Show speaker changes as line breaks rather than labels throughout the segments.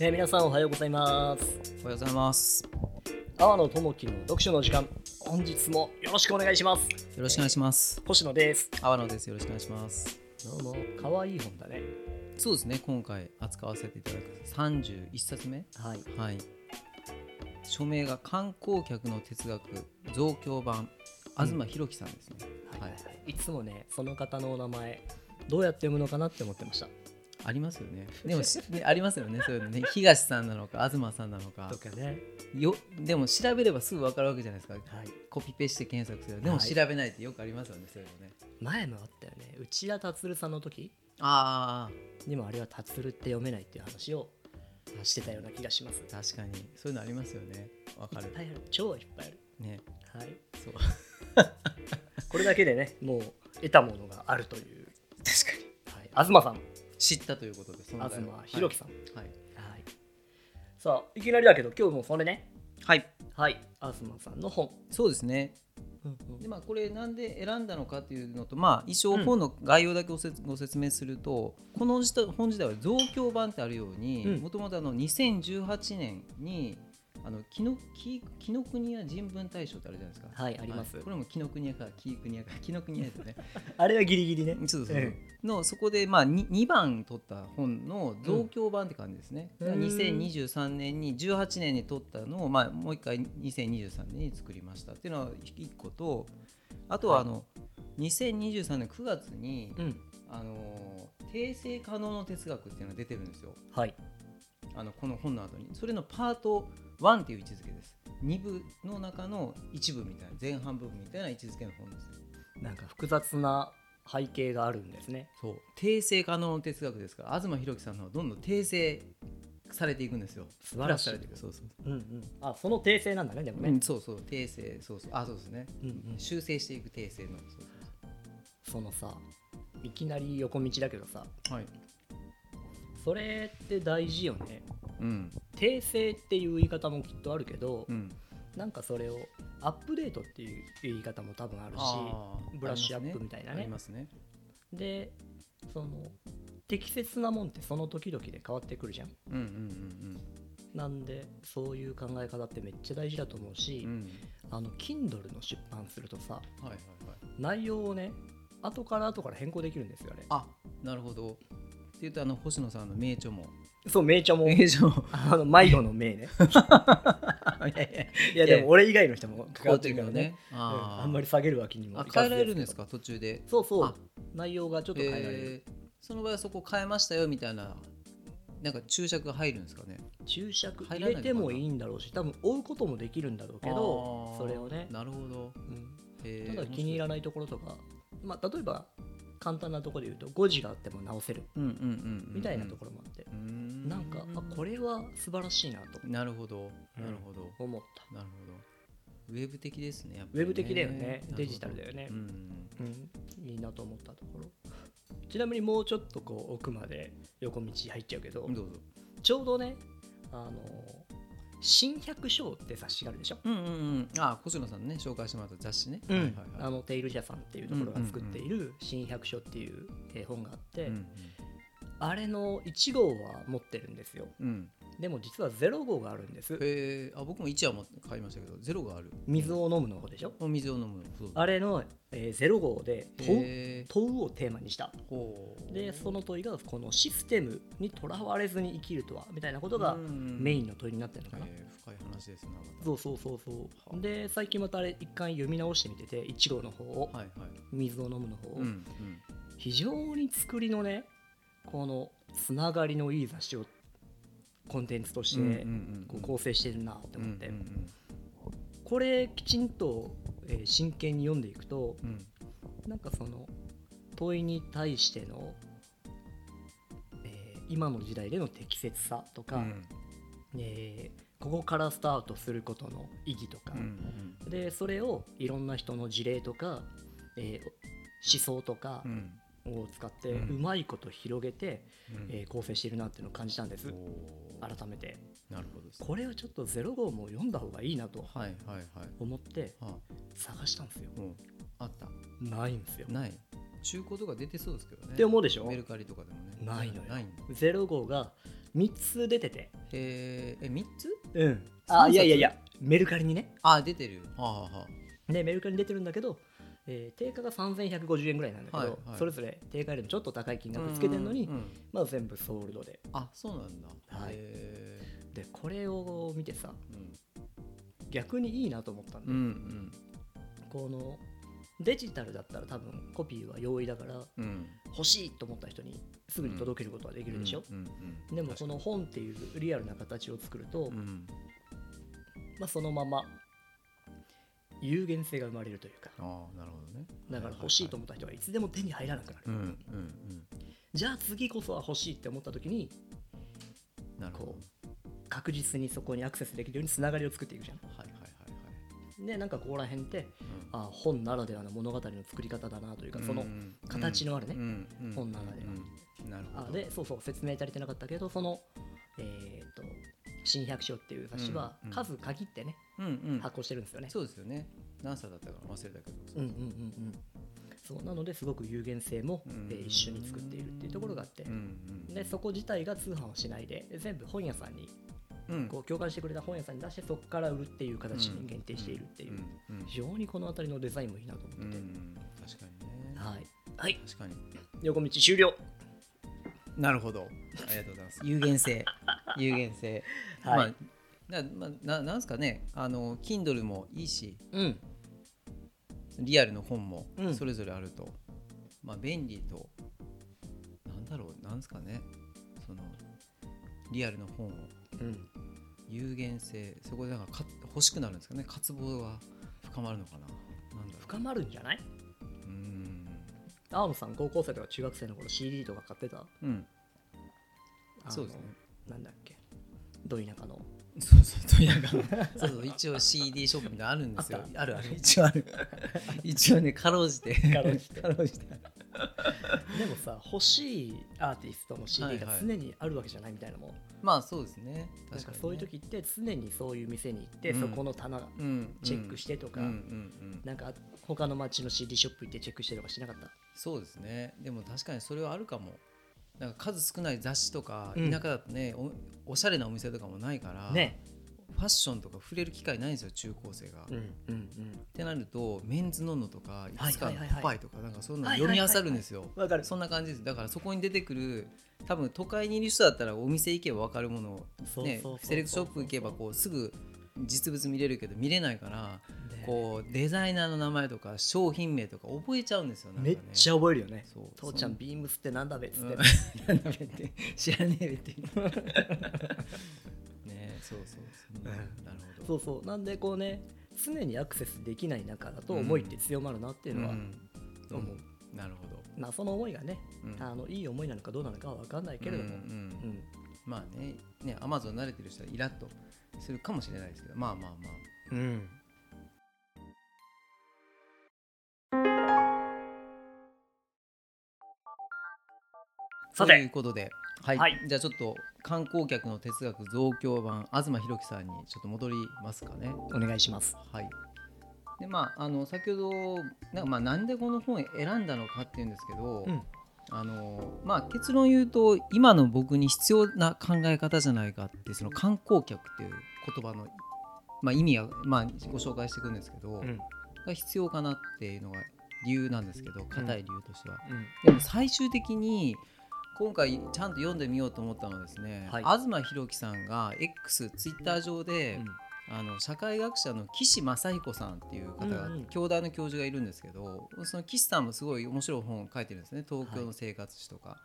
えー皆さんおはようございます。
おはようございます。よ
阿野智樹の読書の時間、本日もよろしくお願いします。
ろしくお願いします。
星野です。
阿野です。よろしくお願いします。
どうも、可愛い本だね。
そうですね。今回扱わせていただく31冊目。
はい。
はい。署名が観光客の哲学増強版東博樹さんですね。
はい、は
はいい
はい、いつもね、その方のお名前、どうやって読むのかなって思ってました。
ありますよね。で もし、ね、ありますよね。そういうのね。東さんなのか東さんなのか
と。かね。
よでも調べればすぐわかるわけじゃないですか。
はい。
コピペして検索する。でも
はい
調べないってよくありますよね。そういうのね。
前もあったよね。内田達郎さんの時
ああ。
にもあれは達郎って読めないっていう話をしてたような気がします。いっ
確かにそういうのありますよねわかる
ぱいある。超いっぱいある。
ね
はい。
そう
これだけでね、もう得たものがあるという。
確かに
はい。東さん。
知ったということでそ
東博樹さん、はい
んはい、
さあいきなりだけど今日もそれね
はい
はい東さんの本、
そうですねでまあこれなんで選んだのかっていうのとまあ一応本の概要だけおせつご説明すると、この自体本自体は増強版ってあるように
うん
もともと2018年にあの紀の紀紀の国屋人文大賞ってあるじゃないですか。
はいあります
これも紀の国屋か紀伊国屋か紀の国屋ですね。
あれはギリギリね
そうそうそう
え
のそこで、まあ、2, 番取った本の増強版って感じですね、
うん
だから2023年に18年に取ったのを、まあ、もう一回2023年に作りましたっていうのは1個とあとはあの、2023年9月に、
うん
あの訂正可能の哲学っていうのが出てるんですよ
はい
あのこの本の後にそれのパート1っていう位置づけです2部の中の一部みたいな前半部分みたいな位置づけの本です
なんか複雑な背景があるんですね
そう訂正可能の哲学ですから東博樹さんの方はどんどん訂正されていくんですよ
素晴らしい
プスされていくそうそう、
うんうんあその訂正なんだねでも
う
ね
ん、そうそう訂正そうそうあそうですね、
うんうん
修正していく訂正のそうそう
そのさいきなり横道だけどさ
そうはい
それって大事よね
うん
訂正っていう言い方もきっとあるけど、
うん
なんかそれをアップデートっていう言い方も多分あるし
あー
ブラッシュアップみたいなね
ありますね
でその適切なもんってその時々で変わってくるじゃん
ありますねうんうん
なんでそういう考え方ってめっちゃ大事だと思うし
うんう、ん
あの Kindle の出版するとさ
うんはいはいはい
内容をね後から後から変更できるんですよあれ
あなるほどっていうとあの星野さんの名著も
そう名著も
名著 も
あの迷子の名ね
いやいや
いやでも俺以外の人も 関わってるからねうん
あー
あんまり下げるわけにも
あ
いか
変え
ず
られるんです
け
か途中で
どそうそう
あ
内容がちょっと変えられる、
えーその場合はそこ変えましたよみたいななんか注釈が入るんですかね
注釈
入
入
らない
れ
のかな
てもいいんだろうし多分追うこともできるんだろうけど
あー
それをね、
なるほど、
うん
え
ただ気に入ら
ない
ないところとか、まあ、例えば簡単なところで言うと誤字があっても直せる
うんうんうんうんうん
みたいなところもあって、
うーん
なんかあこれは素晴らしいなと
なるほど
うん
なるほど、
思った
なるほどウェブ的ですねやっぱ
ウ
りね
ェブ的だよね
なるほど
デジタルだよね
う、ん
うんいいなと思ったところちなみにもうちょっとこう奥まで横道入っちゃうけど、
うんどうぞ
ちょうどねあの新百姓って雑誌があるでしょ、
うんうんうんあ小野さんね紹介してもらった雑誌ね、はいはいはい
あのテイルジャさんっていうところが作っている「新百姓」っていうえー本があって、
うん
あれの1号は持ってるんですよ
うんうん
でも実は0号があるんです
えー、あ僕も一話も買いましたけどゼロがある
水を飲むの方でしょ
お水を飲むそう
あれの、えー0号で問
えー
問うをテーマにした
ほう
でその問いがこのシステムにとらわれずに生きるとはみたいなことがメイ
ン
ンの問いになってるのかな、
えー深い話ですねま
そうそうそうそうで最近またあれ一回読み直してみてて1号の方を
たはいはい
水を飲むの方を、
うん
非常に作りのねこのつながりのいい雑誌をコンテンツとし
うんうん
て
うん
こう構成してるなって
うんう
思っ
ん
て、これきちんと、えー真剣に読んでいくと
うんうん
なんかその問いに対しての、えー今の時代での適切さとか、
うん
えーここからスタートすることの意義とか、
うん
でそれをいろんな人の事例とか、えー思想とか
うんうん
を使って
う
うんまいこと広げて、
うん
えー構成しているなっていうのを感じたんです
おー
改めて
なるほどです
これはちょっと0号も読んだ方がいいなと
はいはいはい
思って
あ
探したんですよ
もうあった
ないんですよ
ない中古とか出てそうですけどね
って思うでしょ
メルカリとかでもね
ないのよ
ないんだ
0号が3つ出てて
えー、え3つ
うん
三
あ
冊
いやいやいやメルカリにね
あ出てるよはあ、はあは
でメルカリに出てるんだけど、えー定価が3150円ぐらいなんだけど、
はいはい
それぞれ定価よりもちょっと高い金
あ、
額つけてるのに、
うんうん
まあ、全部ソールドで
あそうなんだ、
はい
へ
でこれを見てさ
ー
逆にいいなと思ったん
う
だよ、
ん
このデジタルだったら多分コピーは容易だから
うんうん
欲しいと思った人にすぐに届けることはできるでしょ、
うんうん、
でもこの本っていうリアルな形を作ると、
うん
まあ、そのまま有限性が生まれるというか
ああなるほどね
だから欲しいと思った人はいつでも手に入らなくなる、
うんうん
じゃあ次こそは欲しいって思った時に
うんなるほど
こ確実にそこにアクセスできるようにつながりを作っていくじゃ
はいはいはいはい
ん。でなんかここら辺って
うん
あ本ならではの物語の作り方だなというかその
うん
形のあるね
うんうん
本の中では
うんなるほ
あ
ど
でそうそう説明足りてなかったけどそのえーと「新百姓」っていう雑誌は
うんうん
数限ってね
うんうん
発行してるんですよね。
そうですよね何歳だったか忘れたけど
うんうんうんうんそうなのですごく有限性も
うん
えー一緒に作っているっていうところがあって
うんうん
でそこ自体が通販をしないで全部本屋さんに
うん
こう共感してくれた本屋さんに出してそこから売るっていう形に限定しているっていう
うんうん
非常にこの辺りのデザインもいいなと思って
う
て、
ん確かにね
はい、はい、
確かに
横道終了、
なるほど。ありがとうございます。有限性。有限 性。
は
まあ、な、まあ、ななんですかね。あの、Kindle もいいし、
うん、
リアルの本も
うん
それぞれあると、まあ便利と、なんだろう、なんですかね。そのリアルの本を
うん、
有限性、そこでなんかか欲しくなるんですかね。渇望が深まるのかな。なんだろう。
深まるんじゃないう
ーん。
青野さん高校生とか中学生の頃 CD とか買ってた
うん。
あの
そうですね。
なんだっけど田舎の
そうそう、とやかそうそう、一応 CD ショップみたいなのあるんですよ
あっ。
あるある、一応ある。 一応ね、かろうじて。か
ろうじて
ろうじて
でもさ欲しいアーティストの CD
は
が
いはい
常にあるわけじゃないみたいなのも、
まあ、そうですね。
なん
確か
か
に、ね。
そういう時って常にそういう店に行って、
うん
そこの棚
うん、
チェックしててとか、
うん、うん、うん。
なんか他の街の CD ショップ行ってチェックしてとかしなかった
そうですね。でも、確かに、それはあるかも。なんか数少ない雑誌とか、
うん
田舎だとね、お、おしゃれなお店とかもないから。
ね
ファッションとか触れる機会ないんですよ、中高生が。
うん
っ
うん
てなると、メンズノンノとか、いつか
はい
の
はいはいはい
ポパイとか、なんか、そういうの
はいはい
読
はい
み
は
漁
い
るんですよ。
うんわかる
そんな感じですだからそこに出てくる多分都会にいる人だったらお店行けば分かるものを、
そうそ
ね
うそうそう、
セレクトショップ行けばこうすぐ実物見れるけど見れないから
ね
こうデザイナーの名前とか商品名とか覚えちゃうんですよなんか
め
ね
っちゃ覚えるよね
そう
父ちゃんビームスってなんだべっつって、
うん なんだべって知らねえべって 言うねそうそうそうなるほ
そ
ど
うそうなんでこうね常にアクセスできない中だと思いって強まるなっていうのは
ん
思う、
うんなるほど
まあその思いがね、
うん
あのいい思いなのかどうなのかは分かんないけれども、うん
ううんんまあねねアマゾン慣れてる人はイラッとするかもしれないですけどまあまあまあ
さ
という
て
ことで、はい
はい
じゃあちょっと観光客の哲学増強版東博樹さんにちょっと戻りますかね。
お願いします
はいでまあ、あの先ほどなんか、まあ、なんでこの本を選んだのかっていうんですけど、
うん
あのまあ、結論言うと今の僕に必要な考え方じゃないかってその観光客っていう言葉の、まあ、意味は、まあ、ご紹介していくんですけど、
うん
が必要かなっていうのが理由なんですけど固い理由としては。
う
でも最終的に今回ちゃんと読んでみようと思ったのはですね、
はい
東博樹さんが X ツイッター上で、
ん
あの社会学者の岸正彦さんっていう方が、
うんうん
京大の教授がいるんですけどその岸さんもすごい面白い本を書いてるんですね「東京の生活史」とか。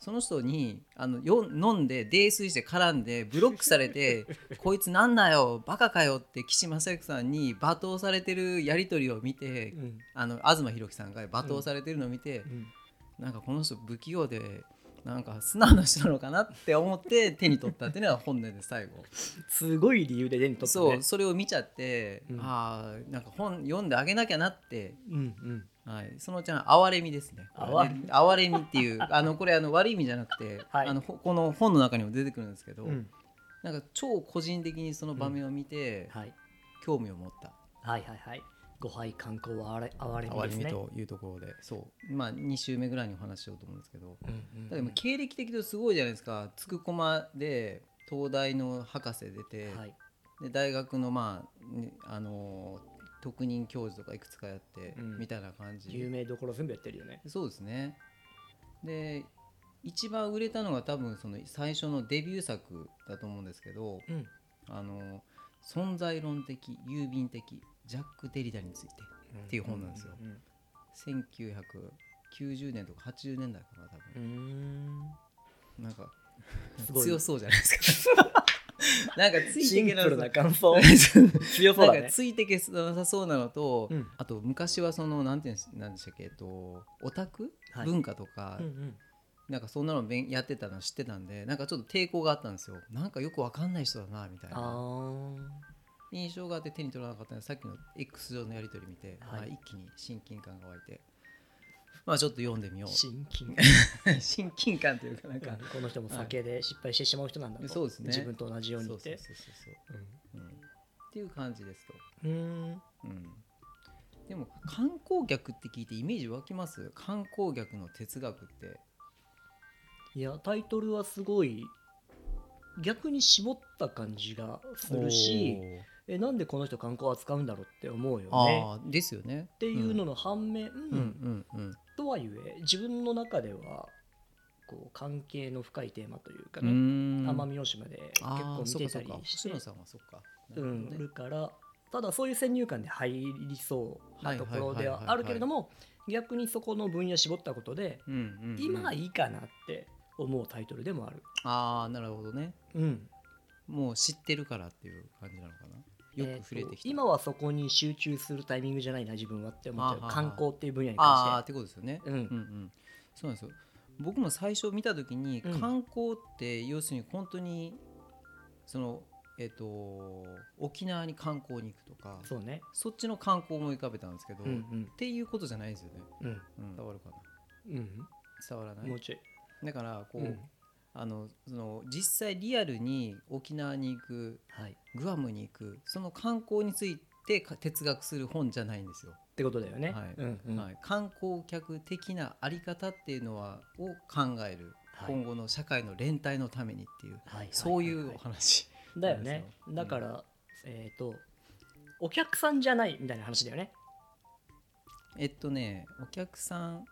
その人にあのよ飲んで泥酔して絡んでブロックさ れて「こいつなんだよバカかよ」って岸正彦さんに罵倒されてるやり取りを見て、
うん
あの東博樹さんが罵倒されてるのを見て、
うん
なんかこの人不器用でなんか素直な人なのかなって思って手に取ったっていうのが本音で最後
すごい理由で手に取った
そう
ね
それを見ちゃって、
うん
ああなんか本読んであげなきゃなって、
う、んうん、
はい、そのうちの哀れみですね
哀れ
ね哀れみっていう あのこれあの悪い意味じゃなくて、
はい
あのほこの本の中にも出てくるんですけど、
うん
なんか超個人的にその場面を見て、
はい、
興味を持った
はいはいはいご拝観光はあれ哀れみ
哀
で
れ
す
み
ね。
というところでそうまあ2週目ぐらいにお話ししようと思うんですけど
うんうん
だから経歴的にすごいじゃないですかつくこまで東大の博士出て、
はい
で大学のまあ、ねあのー特任教授とかいくつかやって、
うん
みたいな感じ
有名どころ全部やってるよね。
そうですねで一番売れたのが多分その最初のデビュー作だと思うんですけど
うん、
「あのー存在論的郵便的ジャック・デリダについて」っていう本なんですよ
うん
1990年とか80年代かな多
う
分、
ん
なんか
すごい
強そうじゃないですか なんかついて
シ
い
ン
け
プ
なさ
ル
そ
な
う
感想強そうだ
なんか
ね。
ついていけなさそうなのと、
うん
あと昔はそのなんていうんですなんでしたっけえっとオタク、
はい
文化とか、
うんうん
なんかそんなのべんやってたの知ってたんでなんかちょっと抵抗があったんですよなんかよくわかんない人だなみたい
あ
な
ー
印象があって手に取らなかったんでさっきの X 上のやり取り見て、
はい
あ一気に親近感が湧いてまあちょっと読んでみよ う
親近
親近感というかなんか、
この人も酒で失敗してしまう人なんだと、
そうですね
自分と同じように
そ
っ
うそうそう
て。
そうそううんっていう感じですと、
うんうん
うん、でも観光客って聞いてイメージ湧きます観光客の哲学って
いやタイトルはすごい逆に絞った感じがするしえなんでこの人観光扱うんだろうって思うよ
おー
ね
あーですよね
っていうのの反面、
うんうんうんうん
とはいえ自分の中ではこう関係の深いテーマというか
うー
ね、
ん
奄美大島で結
あー
構見てたり
そうかそうか
して
星野さんはそっか
う
なるほど
ん
ね
いるからただそういう先入観で入りそうなところでは
はいはいはいはいはい
あるけれども逆にそこの分野絞ったことで
うんうんうん
今はいいかなって思うタイトルでもある。
ああなるほどね
うん
もう知ってるからっていう感じなのかなよく触れてきた、
えーと今はそこに集中するタイミングじゃないな自分はって思っちゃ
あ
う
ー
観光っていう分野に
ああー
関
っ
して
ことですよね
て、うん
うんうん、そうなんですよ僕も最初見た時に
うん
観光って要するに本当にそのえっ、と沖縄に観光に行くとか
そうね
そっちの観光も浮かべたんですけど、
うん
っ
うん
ていうことじゃないんですよね、
うん
うん、伝わるかな
う
伝わらなん
もう
い
ちょい
だからこう、
うん
あのその実際リアルに沖縄に行く
はいっ
グアムに行くその観光についてか哲学する本じゃないんですよ、
てことだよね
はい
うんうん
はい、観光客的なあり方っていうのはを考える
はい
今後の社会の連帯のためにっていう、
はいはい
そういう
はい
お話、
だよね
そうですよ
だからえっとお客さんじゃないみたいな話だよね
えっとねお客さん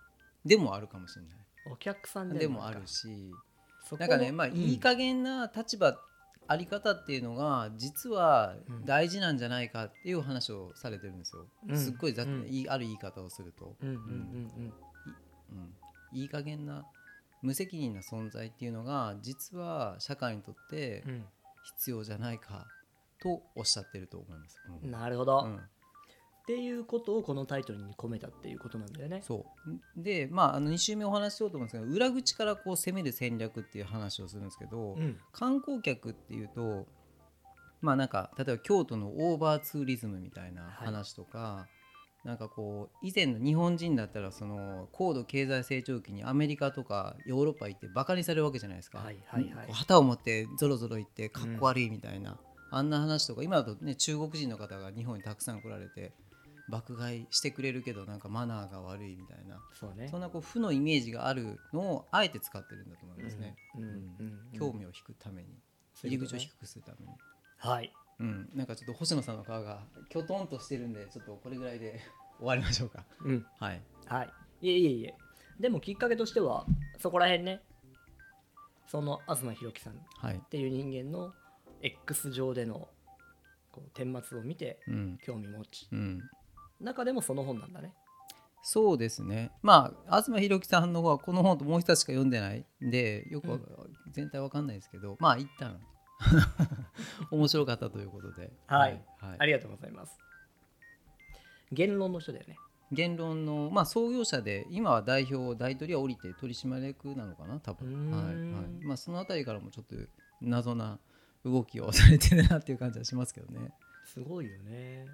でもあるかもしれな
お客さん
い
で
で
も
も
な
あ
んか
るし
そこ
な
の
んかねまあ
うん
いい加減な立場あり方っていうのが実は大事なんじゃないかっていうお話をされてるんですよ、
うん
すっごい雑、
うん
いいある言い方をすると、
うんうんうん
うん、いい加減な無責任な存在っていうのが実は社会にとって
うん
必要じゃないかとおっしゃってると思います。
う
うんん
なるほ
う
ど
ん
っていうことをこのタイトルに込めたっていうことなんだよね
そうでまああの2週目お話ししようと思うんですけど裏口からこう攻める戦略っていう話をするんですけど、
うん
観光客っていうとまあなんか例えば京都のオーバーツーリズムみたいな話とか、なんかこう以前の日本人だったらその高度経済成長期にアメリカとかヨーロッパ行ってバカにされるわけじゃないですか、
はいはいはい
こう旗を持ってゾロゾロ行ってかっこ悪いみたいな、あんな話とか今だとね中国人の方が日本にたくさん来られて爆買いしてくれるけどなんかマナーが悪いみたいな
そうね
そんなこう負のイメージがあるのをあえて使ってるんだと思いますね、
うんうんうん
興味を引くために。入り口を低くするために。
はい
うん、なんかちょっと星野さんの顔がきょとんとしてるんでちょっとこれぐらいで終わりましょうか
うん
はい
はい。いえいえいえ。でもきっかけとしては、そこら辺ね、その東博樹さんっ
はい
ていう人間の X 上でのこう顛末を見て
うん
興味持ち、
うん
中でもその本なんだね。
そうですねまあ東博樹さんの方はこの本ともう一つしか読んでないんでよくわ、
うん
全体わかんないですけどまあ一 旦面白かったということでは
はい、
はい
ありがとうございます。言論の人だよね。
言論の、まあ、創業者で今は代表大取りは降りて取締役なのかな多
うーん
分はいはいまあ、その辺りからもちょっと謎な動きをされてるなっていう感じはしますけどね。
すごいよね。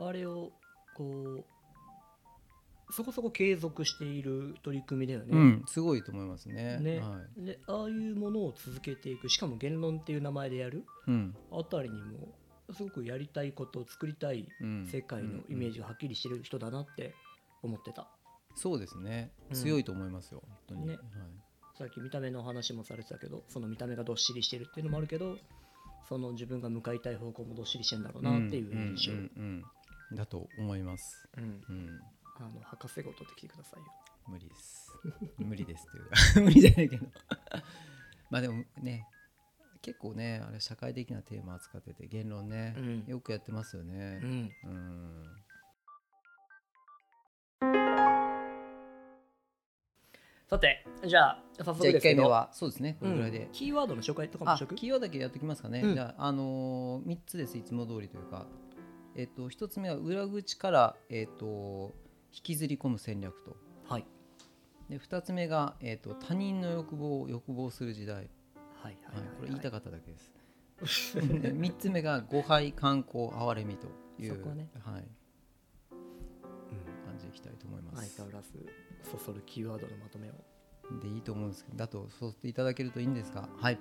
あれをこう、そこそこ継続している取り組みだよね。
うん、すごいと思いますね。
ね
はい
でああいうものを続けていくしかも言論っていう名前でやる
うん、
あたりにもすごくやりたいこと作りたい
うん
世界のイメージがはっきりしてる人だなって思ってた、
そうですね
うん
強いと思いますよ、本当に、
ね
はい、
さっき見た目の話もされてたけどその見た目がどっしりしてるっていうのもあるけどその自分が向かいたい方向もどっしりしてんだろうなっていう印象、
んうんうんだと思います、
うん
うん、
あの博士号取ってきてくださいよ
無理です無理ですっていうか 無理じゃないけどまあでもね結構ねあれ社会的なテーマ扱ってて言論ね、
うん
よくやってますよね
うん
うん、
さてじゃあ早
じゃ
速
あ
で
1
すけ
回目
ど
はそうですねこ
う
れ
ん
ぐらいで、
キーワードの紹介とかも
あ
しとく
キーワードだけやっておきますかね、
うん
じゃあ、あのー、3つですいつも通りというか、えっと1つ目は裏口から、えっと引きずり込む戦略と
はい
で2つ目が、えっと他人の欲望を欲望する時代、はい
はいはい
これ言いた
か
かっただけです3 つ目が誤配観光哀れみという
そこね
はい、感じでいきたいと思いま
相
す
変わらずそそるキーワードのまとめを
でいいと思うんですけどだとそうっていただけるといいんですがはい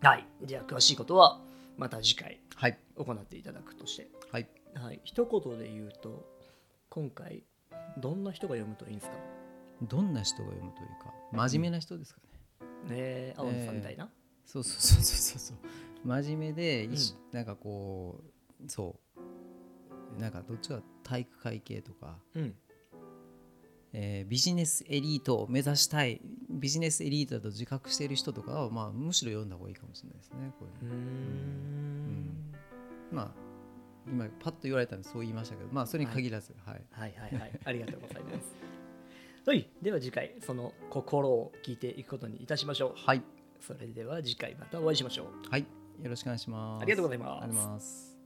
はいじゃあ詳しいことはまた次回
はい
行っていただくとして
はい
はい一言で言うと今回どんな人が読むといいんですかね
どんな人が読むというか真面目な人ですかね、
え青野さんみたいな、
そうそうそうそうそうそう真面目で、いしなんかこうそうなんかどっちか体育会系とか、
うん
えービジネスエリートを目指したいビジネスエリートだと自覚している人とかは、まあ、むしろ読んだ方がいいかもしれないですねこれ、
うーん
まあ今パッと言われたんでそう言いましたけどまあそれに限らずはい、
はいはいはいありがとうございますはいでは次回その心を聞いていくことにいたしましょう
はい
それでは次回またお会いしましょう
はい、よろしくお願いします
ありがとうございます
ありがとうございます